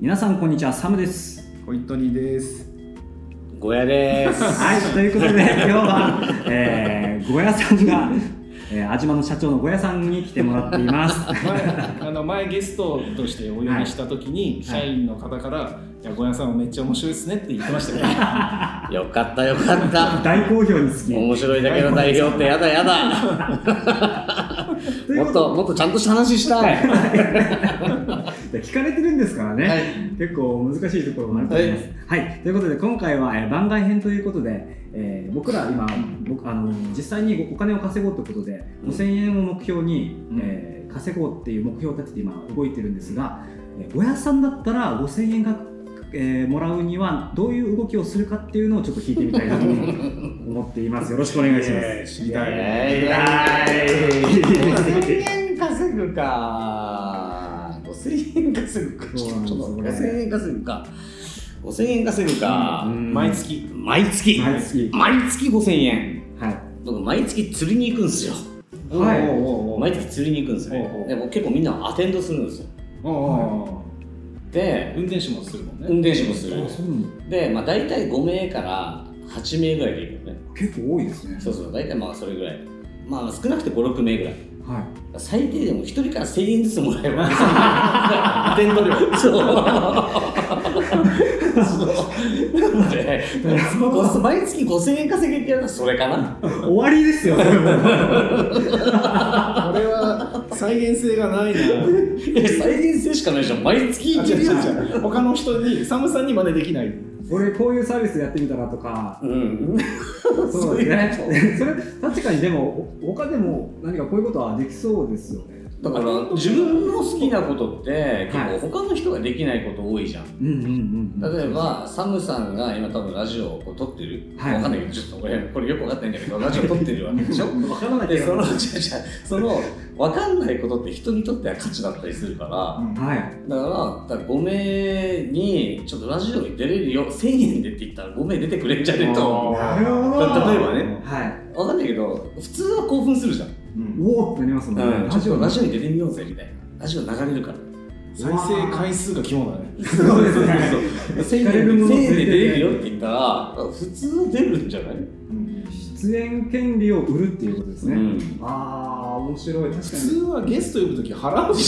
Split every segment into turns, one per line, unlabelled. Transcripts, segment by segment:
皆さんこんにちはサムです
ホイットニーです。
ゴヤです。
はいということで今日は、えー、ゴヤさんが、えー、安島の社長のゴヤさんに来てもらっています
前あの前ゲストとしてお呼びした時に、
はい
社員の方から「いや小屋さんめっちゃ面白いですね」って言ってましたよね
よかったよかった。
大好評につき
面白いだけの代表ってやだやだ。
という
も
こと
っともっとちゃんとした話したい。は
で聞かれてるんですからね、
い。
結構難しいところもあると思います。はい、ということで今回は、えー番外編ということで、えー僕ら今僕あの実際にお金を稼ごうということで、
うん
5000円を目標に、
うん
えー稼ごうっていう目標を立てて今動いてるんですが、えー、親さんだったら5000円が、えーもらうにはどういう動きをするかっていうのをちょっと聞いてみたいなと思っています。よろしくお願いします。
知りたい。
えい5000円稼ぐか。5000円稼ぐか。
そうなんですよね
5000円稼ぐか。5000円稼ぐか。
うん
毎月
毎月。
毎月
毎月5000円。
はい。
僕毎月釣りに行くんですよ。
はい
おうおうおう
毎月釣りに行くんですよ
おうお。う
で僕結構みんなアテンドするんですよ。
おうおうおう
で、
運転手もするもんね
運転手もする
あそうなんだ
で、まあ、大体5名から8名ぐらいでいるのね
結構多いですね。
そうそう大体まあそれぐらいまあ少なくて56名ぐらい
はい。
最低でも1人から1000円ずつもらえばアテンド料そうそうなのでこう毎月5000円稼げってやるのはそれかな
終わりですよ。それも
これは再現性がないな。
いや再現性しかないじゃん毎月い
あ
け
違う
るじゃん
違う他の人にサムさんにまでできない
俺こういうサービスやってみたらとか、
うん
そうです
そ う
ね。それ確かにでもお他でも何かこういうことはできそうですよね。
だから自分の好きなことって
はい
結構他の人ができないこと多いじゃん
うんうんうん。
例えばサムさんが今多分ラジオをこう撮ってる、
はい
わかんないけどちょっと俺これよくわかんないんだけどラジオ撮ってるわけでしょ
わからない
で
け
そ
ど。
の
は
違う違うそのわかんないことって人にとっては価値だったりするから
い。
だからだから5名にちょっとラジオに出れるよ1000円でって言ったら5名出てくれんじゃねえと
なるほ
だ
ど。
例えばね
はい。
わかんないけど普通は興奮するじゃん、
うん
おおってなりますもんね。
ラジオラジ
オ。
オに出てみようぜみたいなラジオ流れるから
再生回数が肝だね
すごいですね。
1000円
かれるもの
で出れるよって言ったら普通は出るんじゃない、
出演権利を売るっていうことです
う
ね。
ん
ああ面白い。確
普
かに。
通はゲスト呼ぶ時払うじ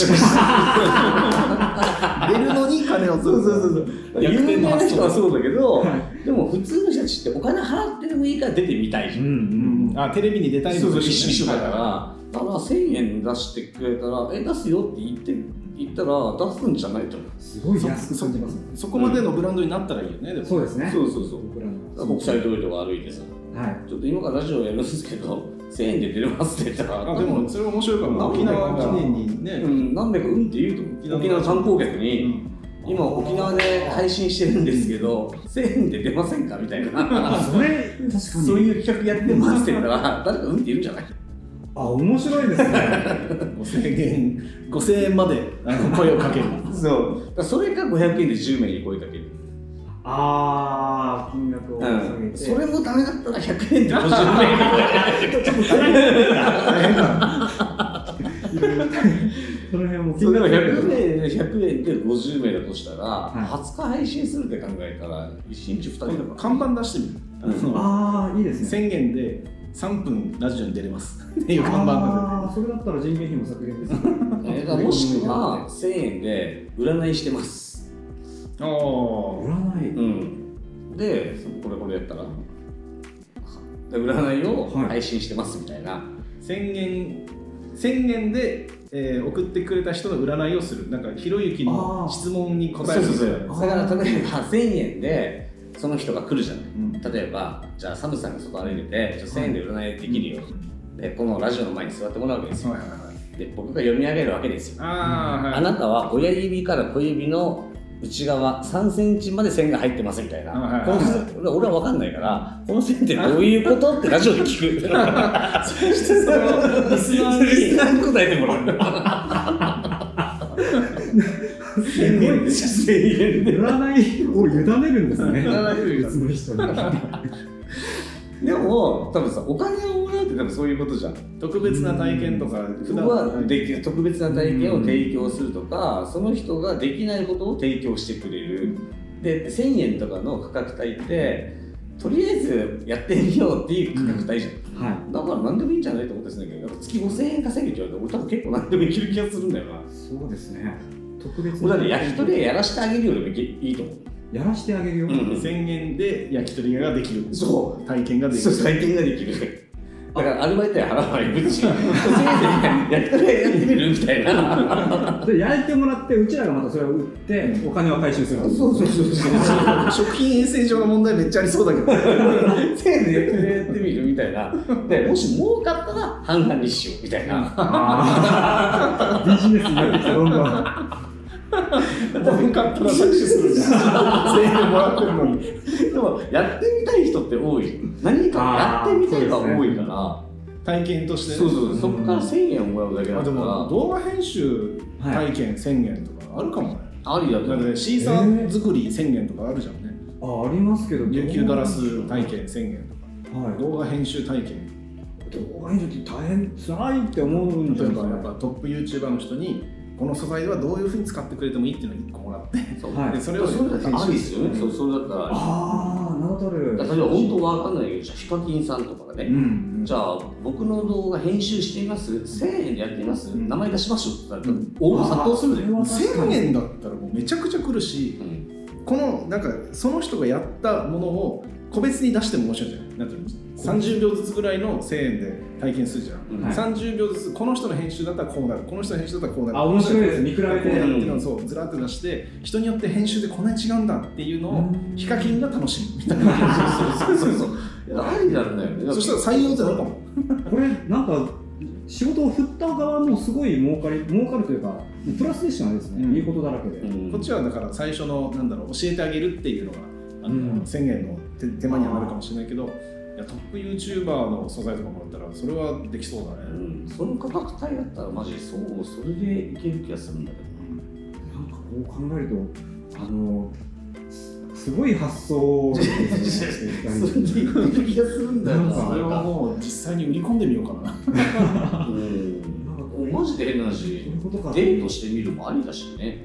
ゃない出るのに金をそうそうそうそう
有
逆
名
転の
な
発
人は
想
そうだけど、
は
でも普通の人たちってお金払ってでもいいから出てみたいじゃん、
ん
あテレビに出たい
そう
の
そ
と
う
一
一
緒
緒だから、
ら
ただ1000円出してくれたらえ出すよって言って言ったら出すんじゃないと思
すごい
そ
安く感じますね。
そこまでのブランドになったらいいよね、でも
そうですね。
うそうそ
僕らの。
国際通りとか歩いてさ
はい。
ちょっと今からラジオやるんですけど1000円で出れますって言ったら
あでもそれ面白いかも沖縄記念にね、
うん、何百うんって言うと思う沖縄の観光客に、今沖縄で配信してるんですけど1000円で出ませんかみたいな
あそれ確かに。
そういう企画やってますって言ったら、誰かうんって言うんじゃない
あ面白いですね。
5000円5000円まであの声をかける
そう。だからそれか500円で10名に声かける。
ああ金額を下げて、
それもダメだったら100円で50名に声かけ る。ちょっと
その辺も
そうだから100
は
名で100円で50名だとしたら、
い
20日配信するって考えたら、1日2人だか
看
ら。
板出してみるあの
ああいいですね
宣言で3分ラジオに出れますっていう看板
あ
が
ーそれだったら人件費も削減ですね
えーだからもしくは1000円で占いしてます。
出ておー
占い
うん。で、そのこれこれやったら、で占いを配信してますみたいな。
宣言宣言で、えー送ってくれた人の占いをするなんかひろゆき
あ
の
ー
質問に答え
そう
る
そうそ
あ
うだから例えば1000円でその人が来るじゃない
うん
例えばじゃあサムさんが外歩いててじゃあ1000円で占いできる よ、でこのラジオの前に座ってもらうわけですよ
はいはいはい
で僕が読み上げるわけですよ
あー
あなたは親指から小指の内側3センチまで線が入ってますみたい
はい
な
はい
この線俺俺は分かんないからこの線ってどういうことってラジオで聞く
そ れをリスナーに
リスナーに答えてもら う
すごい
1000円で
占いを委ねるんですね
占いを委ねる
別の人に
でも多分さお金をもらうとって多分そういうことじゃん
特別な体験とか、普
そ
段
こはできる特別な体験を提供するとか、その人ができないことを提供してくれる、で1000円とかの価格帯ってとりあえずやってみようっていう価格帯じゃん、
は、
だから何でもいいんじゃないと思ってするんだけどなんか月5000円稼げちゃうと俺多分結構何でもいける気がするんだよない
そうですね。特別
俺だって焼き鳥屋やらしてあげるよりもいけいいと思う
やらしてあげるよ。
うん
宣言で焼き鳥屋ができる
そ
体験ができ
そう
る
体験ができる だからアルバイトや払わないうち1000円で焼き鳥屋やってみるみたいな
で焼いてもらってうちらがまたそれを売ってお金を回収す る
そうそうそうそう
食品衛生上の問題めっちゃありそうだけど。
せいでやってやってみるみたいなでもし儲かったら半々にしようみたいな
あー ビジネスになってきたどんどん
儲かったら搾取するじ ゃん1000円もらってるのに
でもやってみたい人って多い何かやってみたいが多いから
体験としてね
そうそうそこから1000円をもらうだけだ
あ
か
で
ら
も動画編集体験1000円とかあるかもね、
ありだと
だって
思う
ねシーサー作り1000円とかあるじゃんね
あありますけど
琉球ガラス体験1000円とか
はい
動画編集体験
動画編集って大変辛いって思うんじゃ
例え
ないです
ば
か
やっぱトップ YouTuber の人にこの素材はどういうふうに使ってくれてもいいっていうのを1個もらって
そう
はい
で
そ
そ
れ
れ
は
を
それだったらありですよねそううそれだったら
ああ名だたる
だから例えば本当わかんないけどじゃあヒカキンさんとかがね、
ん
じゃあ僕の動画編集しています1000円でやっています、
うん
名前出しましょうって言った
う
ら応募殺到するで、
あーそれは確か
1000
に
円だったらもうめちゃくちゃ来るし
うん
このなんかその人がやったものを個別に出しても面白いじゃないなんていうの30秒ずつぐらいの1000円で体験するじゃん、
うん
はい
30秒ずつこの人の編集だったらこうなるこの人の編集だったらこうなる
あ面白いです見比べ
こうな
て
るっていうのをそうずらっと出して人によって編集でこんなに違うんだっていうのをヒカキンが楽しむみたいな
そうそうそうそう。ありなんだよね。
そしたら採用ってなるかも
これなんか仕事を振った側もすごい儲かり儲かるというかプラスでしたねですね、
うん
いいことだらけで、
うん
こっちはだから最初のなんだろう教えてあげるっていうのがあ
うん
の宣言の手手間にはなるかもしれないけどいやトップ YouTuber の素材とかもらったらそれはできそうだ
う
ね
んその価格帯だったらマジそうそれでいける気がするんだけど
なんかこう考えるとあのすすごい発想ですね
な。それでいける気がするんだよな。
なんか
それはもう実際に売り込んでみようかな
うん
なんかこ
マジで変な
う
話
い。うことか
デートしてみるもありだしね。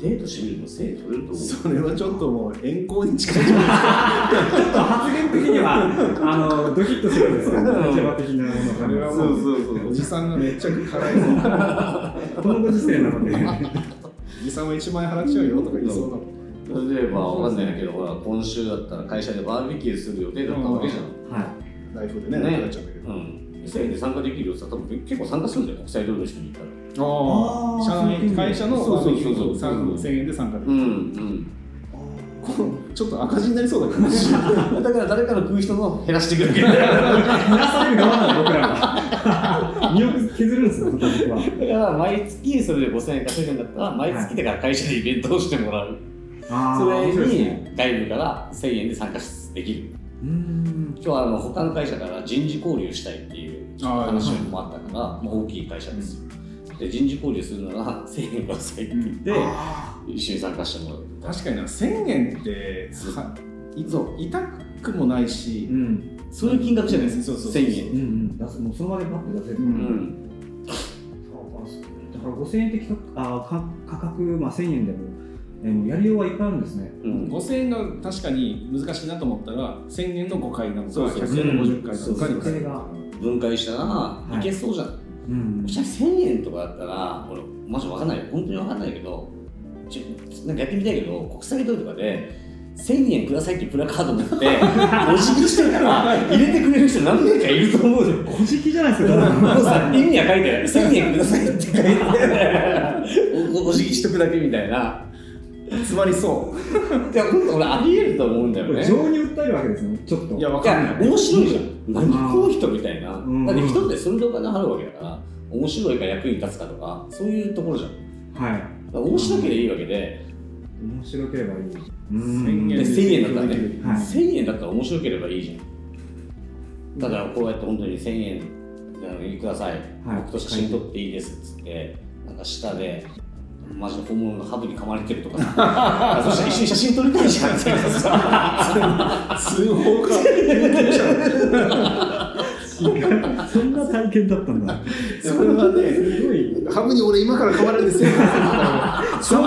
デートしてみるもせい取れると思う。
それはちょっともう遠行に 近い
ちょっと発言的にはあのドキッとするんですよ立場的なものが
あれはもう
そうそ
おじさんがめっちゃ辛いぞ
このご時世なので
おじさんは1万円払っちゃうよとか言いそうだもん
例えばわかんないけど、ほら今週だったら会社でバーベキューする予定だったわけじゃん。
はい
ライフでね
ね
なくなっちゃうんだけど
うん。1000円で参加できるよって言ったら多分結構参加するんだよ、国際通りの人に言ったら。
あー
社内会社の
そうそうそうそう
バーベキューに3000円で参加でき
う
る、
んうん。
このちょっと赤字になりそうだけどね
だから誰から食う人も減らしていくわけだか
減らされる側なの僕らは身を削るんですよ僕は
ら毎月それで5000円稼ぐんだったら毎月だから会社でイベントをしてもらう、
あー
それ
面白いですね
に外部から1000円で参加できる
うーん
今日はあの他の会社から人事交流したいっていう
あ
話もあったから、まあ、大きい会社ですよ、で人事交流するなら1000円くださいって言って、
あ
一緒に参加してもらう
確かにな1000円ってさい
そう
痛くもない
ー
し
う、ん
そういう金額じゃないです
そうそうそう
1000
う
円
んうん出すもうその場でパッと出せる、
うん
うん
だから5000円的価あーか価格、まあ、1000円でも、えーもうやりようはいっぱいあるんですね
うん
5000円が確かに難しいなと思ったら1000円の5回なのか
そうそう
100円の50回なのか
そう
に
そう
変える
それが
分解したら
い
いけそうじゃん、
うん
もし1000円とかだったら、俺、マジわかんないよ、本当にわかんないけど、ちょなんかやってみたいけど、国際通りとかで、1000円くださいってプラカード持って、 お辞儀してるから、入れてくれる人何名かいると思 うよ。
小じきじゃないですかただの
もうさ、意味は書いてない、1000円くださいって書いて おおお辞儀しとくだけみたいな。
つまりそ
いや、本当俺、ありえると思うんだよね。
情に訴えるわけですねちょっと
ういやわ
い
かん
や
ない
面白いじゃん何この人みたいな、
うん
だって人ってそれでお金払うわけだから面白いか役に立つかとかそういうところじゃんだ
はい
から面白ければいいわけで、
面白ければいい
1000
で
円
1000円だったらね
提供できる
はい
1000円だったら面白ければいいじゃんだからこうやって本当に1000円あのください、
はい
僕と写真撮っていいですっつってなんか下でマジで本物のハブに噛まれてると かさそしたら一緒に写真撮りたいじゃ ん ってさ
通報か
そんな体験だったんだ。
それはね
すごい。
ハブに俺今から変わるんですよ。
3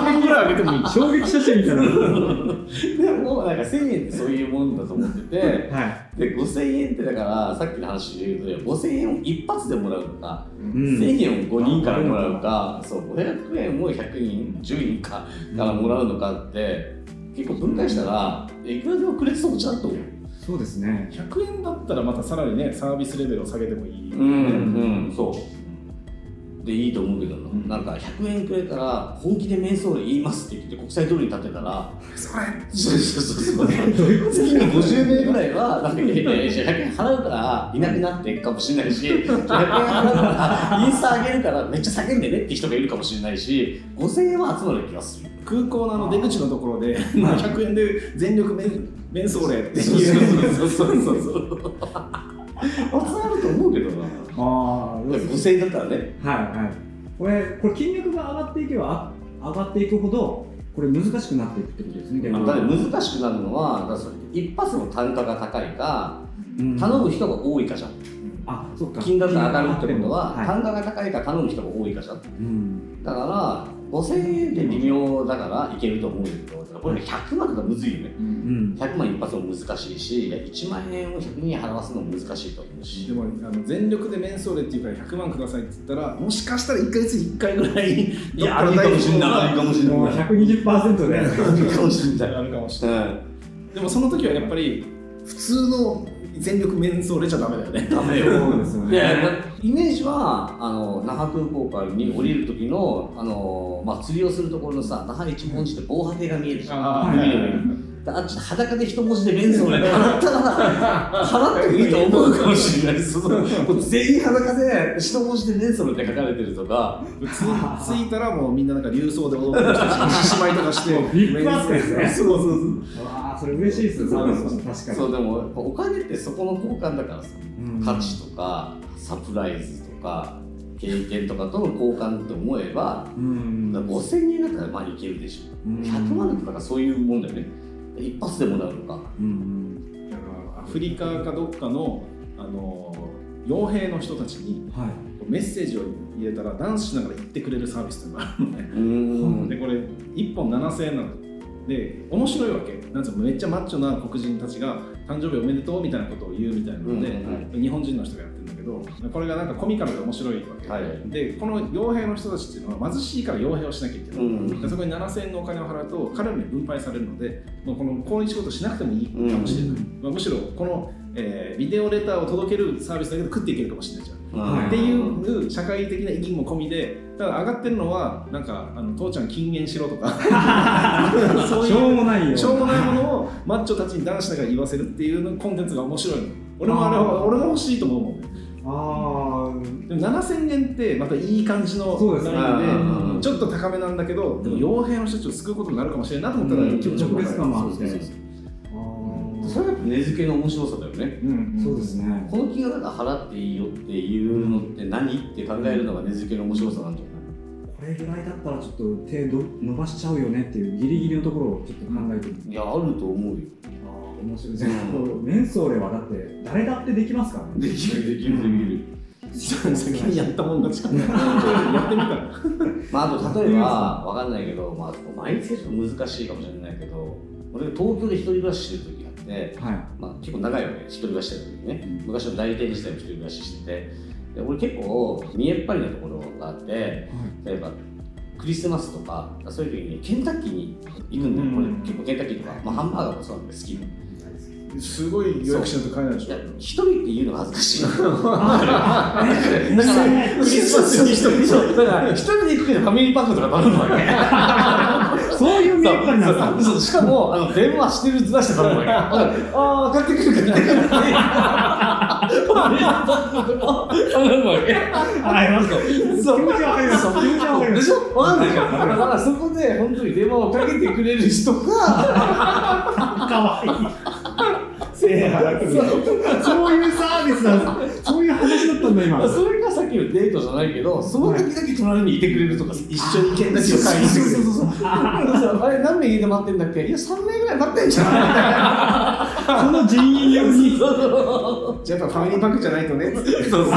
分ぐらい上げてもいい
衝撃写真みたい な。
でもなんか1000円ってそういうもんだと思ってて
はい。
で5000円ってだからさっきの話で言うと5000円を一発でもらうとか、
うん
1000円を5人からもらうかそう500円を100人10人かからもらうのかって結構分解したらいくらでもくれそうじゃんと思う。
そうですね。
100円だったらまたさらにねサービスレベルを下げてもいい、
うんうんそうでいいと思うけどな,、ん、か100円くれたら本気で面相で言いますって言って国際通りに立ってたら
それ
そうそうそうそう
どういうこ
月に50名ぐらいはなんかいやいやいや100円払うからいなくなっていくかもしれないし100円払うからインスタ上げるからめっちゃ叫んでねって人がいるかもしれないし5000円は集まる気がする
空港のあの出口のところでまあ100円で全力面面相令っていう
そうそうそうそう集まると 思うけどな
と？ああ、どうです
5000円だったらね
はいはい。これこれ金額が上がっていけばあ上がっていくほどこれ難しくなっていくってことですね。逆
まあ、
に
だって難しくなるのはだからそれ一発の単価が高いか
うん
頼む人が多いかじゃん
あ、そっか。
金額が上がるってことは、
金額が上がっても
単価が高いか頼む人が多いかじゃん
い。うん。
だから5000円って微妙だからいけると思うんだけどだからこれ100万だとむずいよね
うん。
100万一発も難しいしいや1万円を100人払わすのも難しいと思う
で
し
もあの全力で面相令っていうから100万くださいって言ったらもしかしたら1か月に1回ぐらい
いやあるかもしんない あるかもしん
もう
ない
120%で。
あるかもしんない
あるかもしれ
うん
ないでもその時はやっぱり普通の全力面相令じゃダメだよね
ダメよ
そうですよ
いやい
ね。
やイメージはあの那覇空港からに降りる時のあの、まあ、釣りをするところのさ那覇一文字って防波堤が見えるじゃん
あ
ー
見えるよねだあっち裸で一文字でベンソンで払ったら払ってもいいと思うかもしれないそうもう全員裸で一文字でベンソンって書かれてるとか
つ着いたらもうみんななんか流走で踊ってる人たちにしまいと かして
ビッグバスケですね。
そうそうそう
わあ、それ嬉しいですね。サービスとして確かに。
そうでもやっぱお金ってそこの交換だからさ
うん
価値とかサプライズとか経験とかとの交換って思えば
うん。
5000円だったらまあいけるでしょ、
うん
100万だったらそういうもんだよね一発でもらうのか
うん
アフリカかどっかのあの傭兵の人たちに
うん。はい。
メッセージを入れたらダンスしながら言ってくれるサービスっていうのがあるのね
うん
でこれ1本7000円なので面白いわけなんつうのめっちゃマッチョな黒人たちが誕生日おめでとうみたいなことを言うみたいなので、
うんうん
日本人の人がやってるんだけどこれがなんかコミカルで面白いわけ、
はい
でこの傭兵の人たちっていうのは貧しいから傭兵をしなきゃいけない、
うん
でそこに7000円のお金を払うと彼らに分配されるのでもうこのこういう仕事しなくてもいいかもしれない、まあ、むしろこの、えービデオレターを届けるサービスだけで食っていけるかもしれないじゃん
はい
っていう社会的な意義も込みでただ上がってるのはなんかあの父ちゃん禁煙しろとか そう
しょう
い
もないよ。
うしょうもないものをマッチョたちに男子だから言わせるっていうのコンテンツが面白いの俺もあれ
あー
は俺も欲しいと思うもんね
あ
でも7000円ってまたいい感じの
そうですね
ラインで
うん
ちょっと高めなんだけどでも傭兵の人たちを救うことになるかもしれないなと思った
う
ら
ん
気持ちよく
特別感もあって
そうそうそう
あ。ああ。
それはやっぱ根付けの面白さだよね
そうですね。
この金額だから払っていいよっていうのって何って考えるのが根付けの面白さなんじゃな
これぐらいだったらちょっと手ど伸ばしちゃうよねっていうギリギリのところをちょっと考えてみて、
いいやあると思うよ
ああ面白いですね面相ではだって誰だってできますからね
できるできるできる、
先にやったもん勝ちかやってみたら
まあ、あと例えばわかんないけど、まあ、毎月ちょっと難しいかもしれないけど俺東京で一人暮らししてる時があって、
はい
まあ、結構長いわけ一人暮らししてる時ね、昔の代理店時代も一人暮らししててで俺結構見えっ張りなところがあって例えばクリスマスとかそういう時にケンタッキーに行くんだよ、
うん
俺結構ケンタッキーとか、まあ、ハンバーガーもそうなんで好き
すごい予約しないと買えないでし
いや
ょ
一人って言うのが恥ずかしいだから
だから
クリスマスに一人 そうだから一人で行くけどファミリーパックとか頼むわけ
そういう見えっ張りなん
そうそうしかもあの電話してるずらして頼む わけああ帰ってくるかって くる頼むわけ
すかはいなんか
そう
気持ちわかります気持ちわかりま
ですしょわかんないじゃんだからそこで本当に電話をかけてくれる人が
かわいいせやそうそういうサービスなんですそういう話だったんだ今
それがさっきのデートじゃないけどその時だけ隣にいてくれるとかさ
一緒にケンタッキーを買いに行
そ
ってくれ
うそう
る
そうそう
あれ何名入れて待ってんだっけいや3名ぐらい待ってんじゃん
その人員用に
じゃあやっぱファミリーパックじゃないとね
そうそう。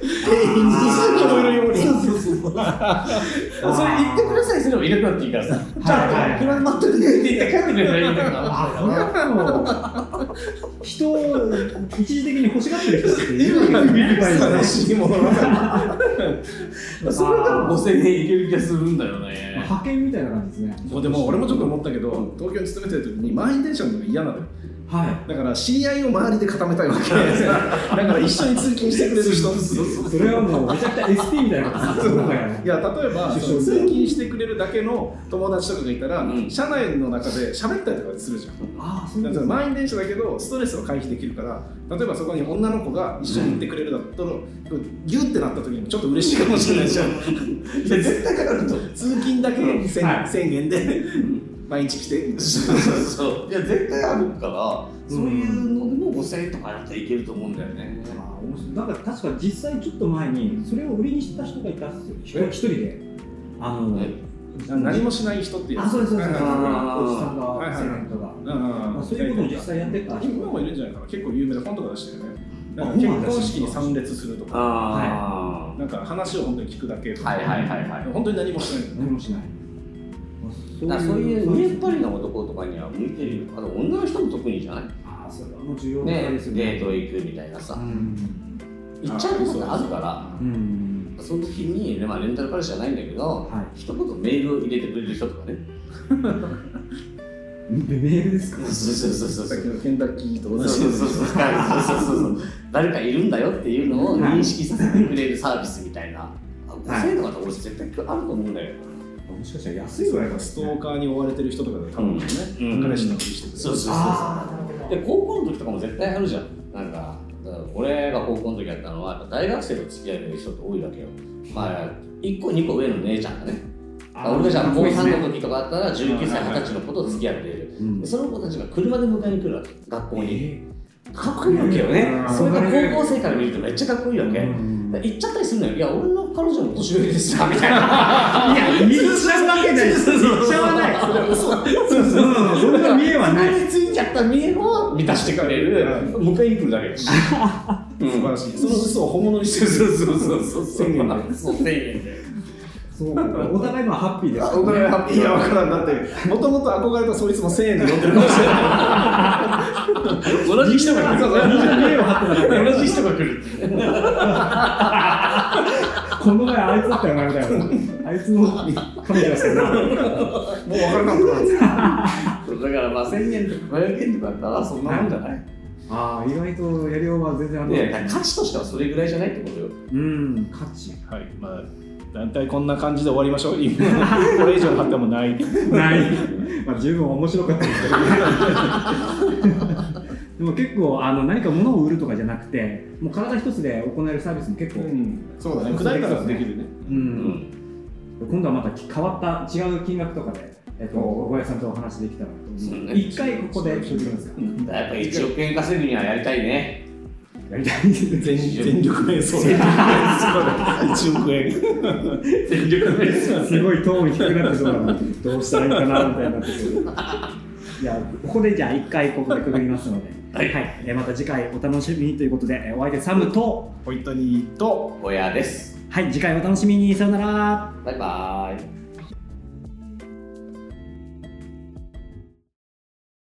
店員
さっきのいるように
そうそうそう。それ言ってくださいすればいなくなっていいからさ。じゃあ、車で待っててって言って帰ってくれたらいいんだから。
これはもう人を一時的に欲しがってる人っている
今
わけいっぱいいるね
楽しいものが
それでも5000円いける気がするんだよね。
派遣みたいな感じですね。
そうでも俺もちょっと思ったけど、東京に勤めてる時に満員電車ののが嫌なのよ
は
だから知り合いを周りで固めたいわ けだから一緒に通勤してくれる人
い。それはもうめちゃくちゃ SP みたいな感じですね。
いや例えば
出
その
生
通勤してくれるだけの友達とかがいたら、
うん
社内の中で喋ったりとかするじゃん
ああ、そう
だ
で
か
す
ら
ね。
満員電車だけどストレスを回避できるから例えばそこに女の子が一緒に行ってくれるだったらギュってなった時にもちょっと嬉しいかもしれないじゃん
絶対かかると。
通勤だけ1000、
はい
1000円で毎日来て
そうそうそう。いや、絶対あるから、そういうのでも5000円とかやったらいけると思うんだよね。
あー面白いなんか確か実際ちょっと前にそれを売りにした人がいたんですよ。
え
一人で。あの、
何もしない人っていう
あ、そうです、そうです。おじさ
あー
ん
はい
が、
はい
セレントが。
うん
まあそういうことを実際やってた人
今もいるんじゃないかな結構有名な本とか出してるよねなんか
あ本
結
も出してる
婚式に参列するとか
あ
なんか話を本当に聞くだけと
あ。
か、
はいはいはいはい。
本当に何もしない
何もしない。
だからそういう見えっ張りな男とかには向いてるよ。あと女の人も特にじゃない
ああ、それはもう重要な
ね
こと
デ
ですよね。
ートへ行くみたいなさ
う。ん。
行っちゃうことってあるから。
うん。
その時に、ねまあ、レンタル彼氏じゃないんだけど、
は
一言メールを入れてくれる人とかね。
い。メールですか
そうそうそうそう
さ
そ
っ
う
きのケンタッキーと同
そう
じ
そ
で
うそうそうそう誰かいるんだよっていうのを認識させてくれるサービスみたいな。あ5000円とかって俺絶対あると思うんだよ。
もしかしたら安
す
い
ぐ
ぐら
ないん
か
か
も
ス
し
ト
れない
ーカーに追われてる人とかで多分ね、
うん
彼氏のふりしてくれる
そうそう
あ
そ
あ、なるほど
う。で、高校の時とかも絶対あるじゃん。なんか、だから俺が高校の時やったのは、やっぱ大学生と付き合いの人って多いわけよ。まあ、1個2個上の姉ちゃんがね。だから俺がじゃあ高3の時とかあったら、19歳、20歳の子と付き合っている。
うん
でその子たちが車で迎えに来るわけ学校に、
え
かっこいいわけよね、
うん
それが高校生から見るとめっちゃかっこいいわけ、
え
だから行っちゃったりするのよいや俺の彼女も年上で したみたいな
いや、言っちゃうわけないです。言っちゃわない。それは嘘。うんそんな見えはない。
ついちゃった見栄を満たしてくれる迎えに来るだけだし、うん、
素晴らしいその嘘を本物にして
そう
る
そうそうそうそう
千円で
そう千円で
そうかお互いまあハッピーですからね。
お金ハッピーやわからんなってもともと憧れたそいつも1000円で乗ってるか もしれない
同じ人が来
みんな見栄を張ってなきゃ
る同じ人が来る
この前あいつだったよなみたいな。あいつの彼女だったよな。
もう分からなくなる
だからまあ1000円とか500円とかだったらそんなもんじゃない、
ああ、意外とやりようは全然あ
ね
る。
価値としてはそれぐらいじゃないってことよ
うん、価値。
はいまあ大体こんな感じで終わりましょう今これ以上貼ってもない
ない。まあ十分面白かったですけどね。 でも結構あの何か物を売るとかじゃなくて、もう体一つで行えるサービスも結
う
構。
んそうだね下りからできるね
う。
うん
今度はまた変わった違う金額とかで、えっと、小屋さんとお話できたらと思う
そうね
一回ここで聞いてください
やっぱ1億円稼ぐにはやりたいね。
やりたいですね
全全力演奏で1億円
全力です。
すごいトーン低くなってそうだな どうしたらいいかなみたいになってくるいやここでじゃあ一回ここでくぐりますので、はいえまた次回お楽しみにということでえお相手サムと
ポイントにと
親です。
はい次回お楽しみにさよなら
バイバーイ。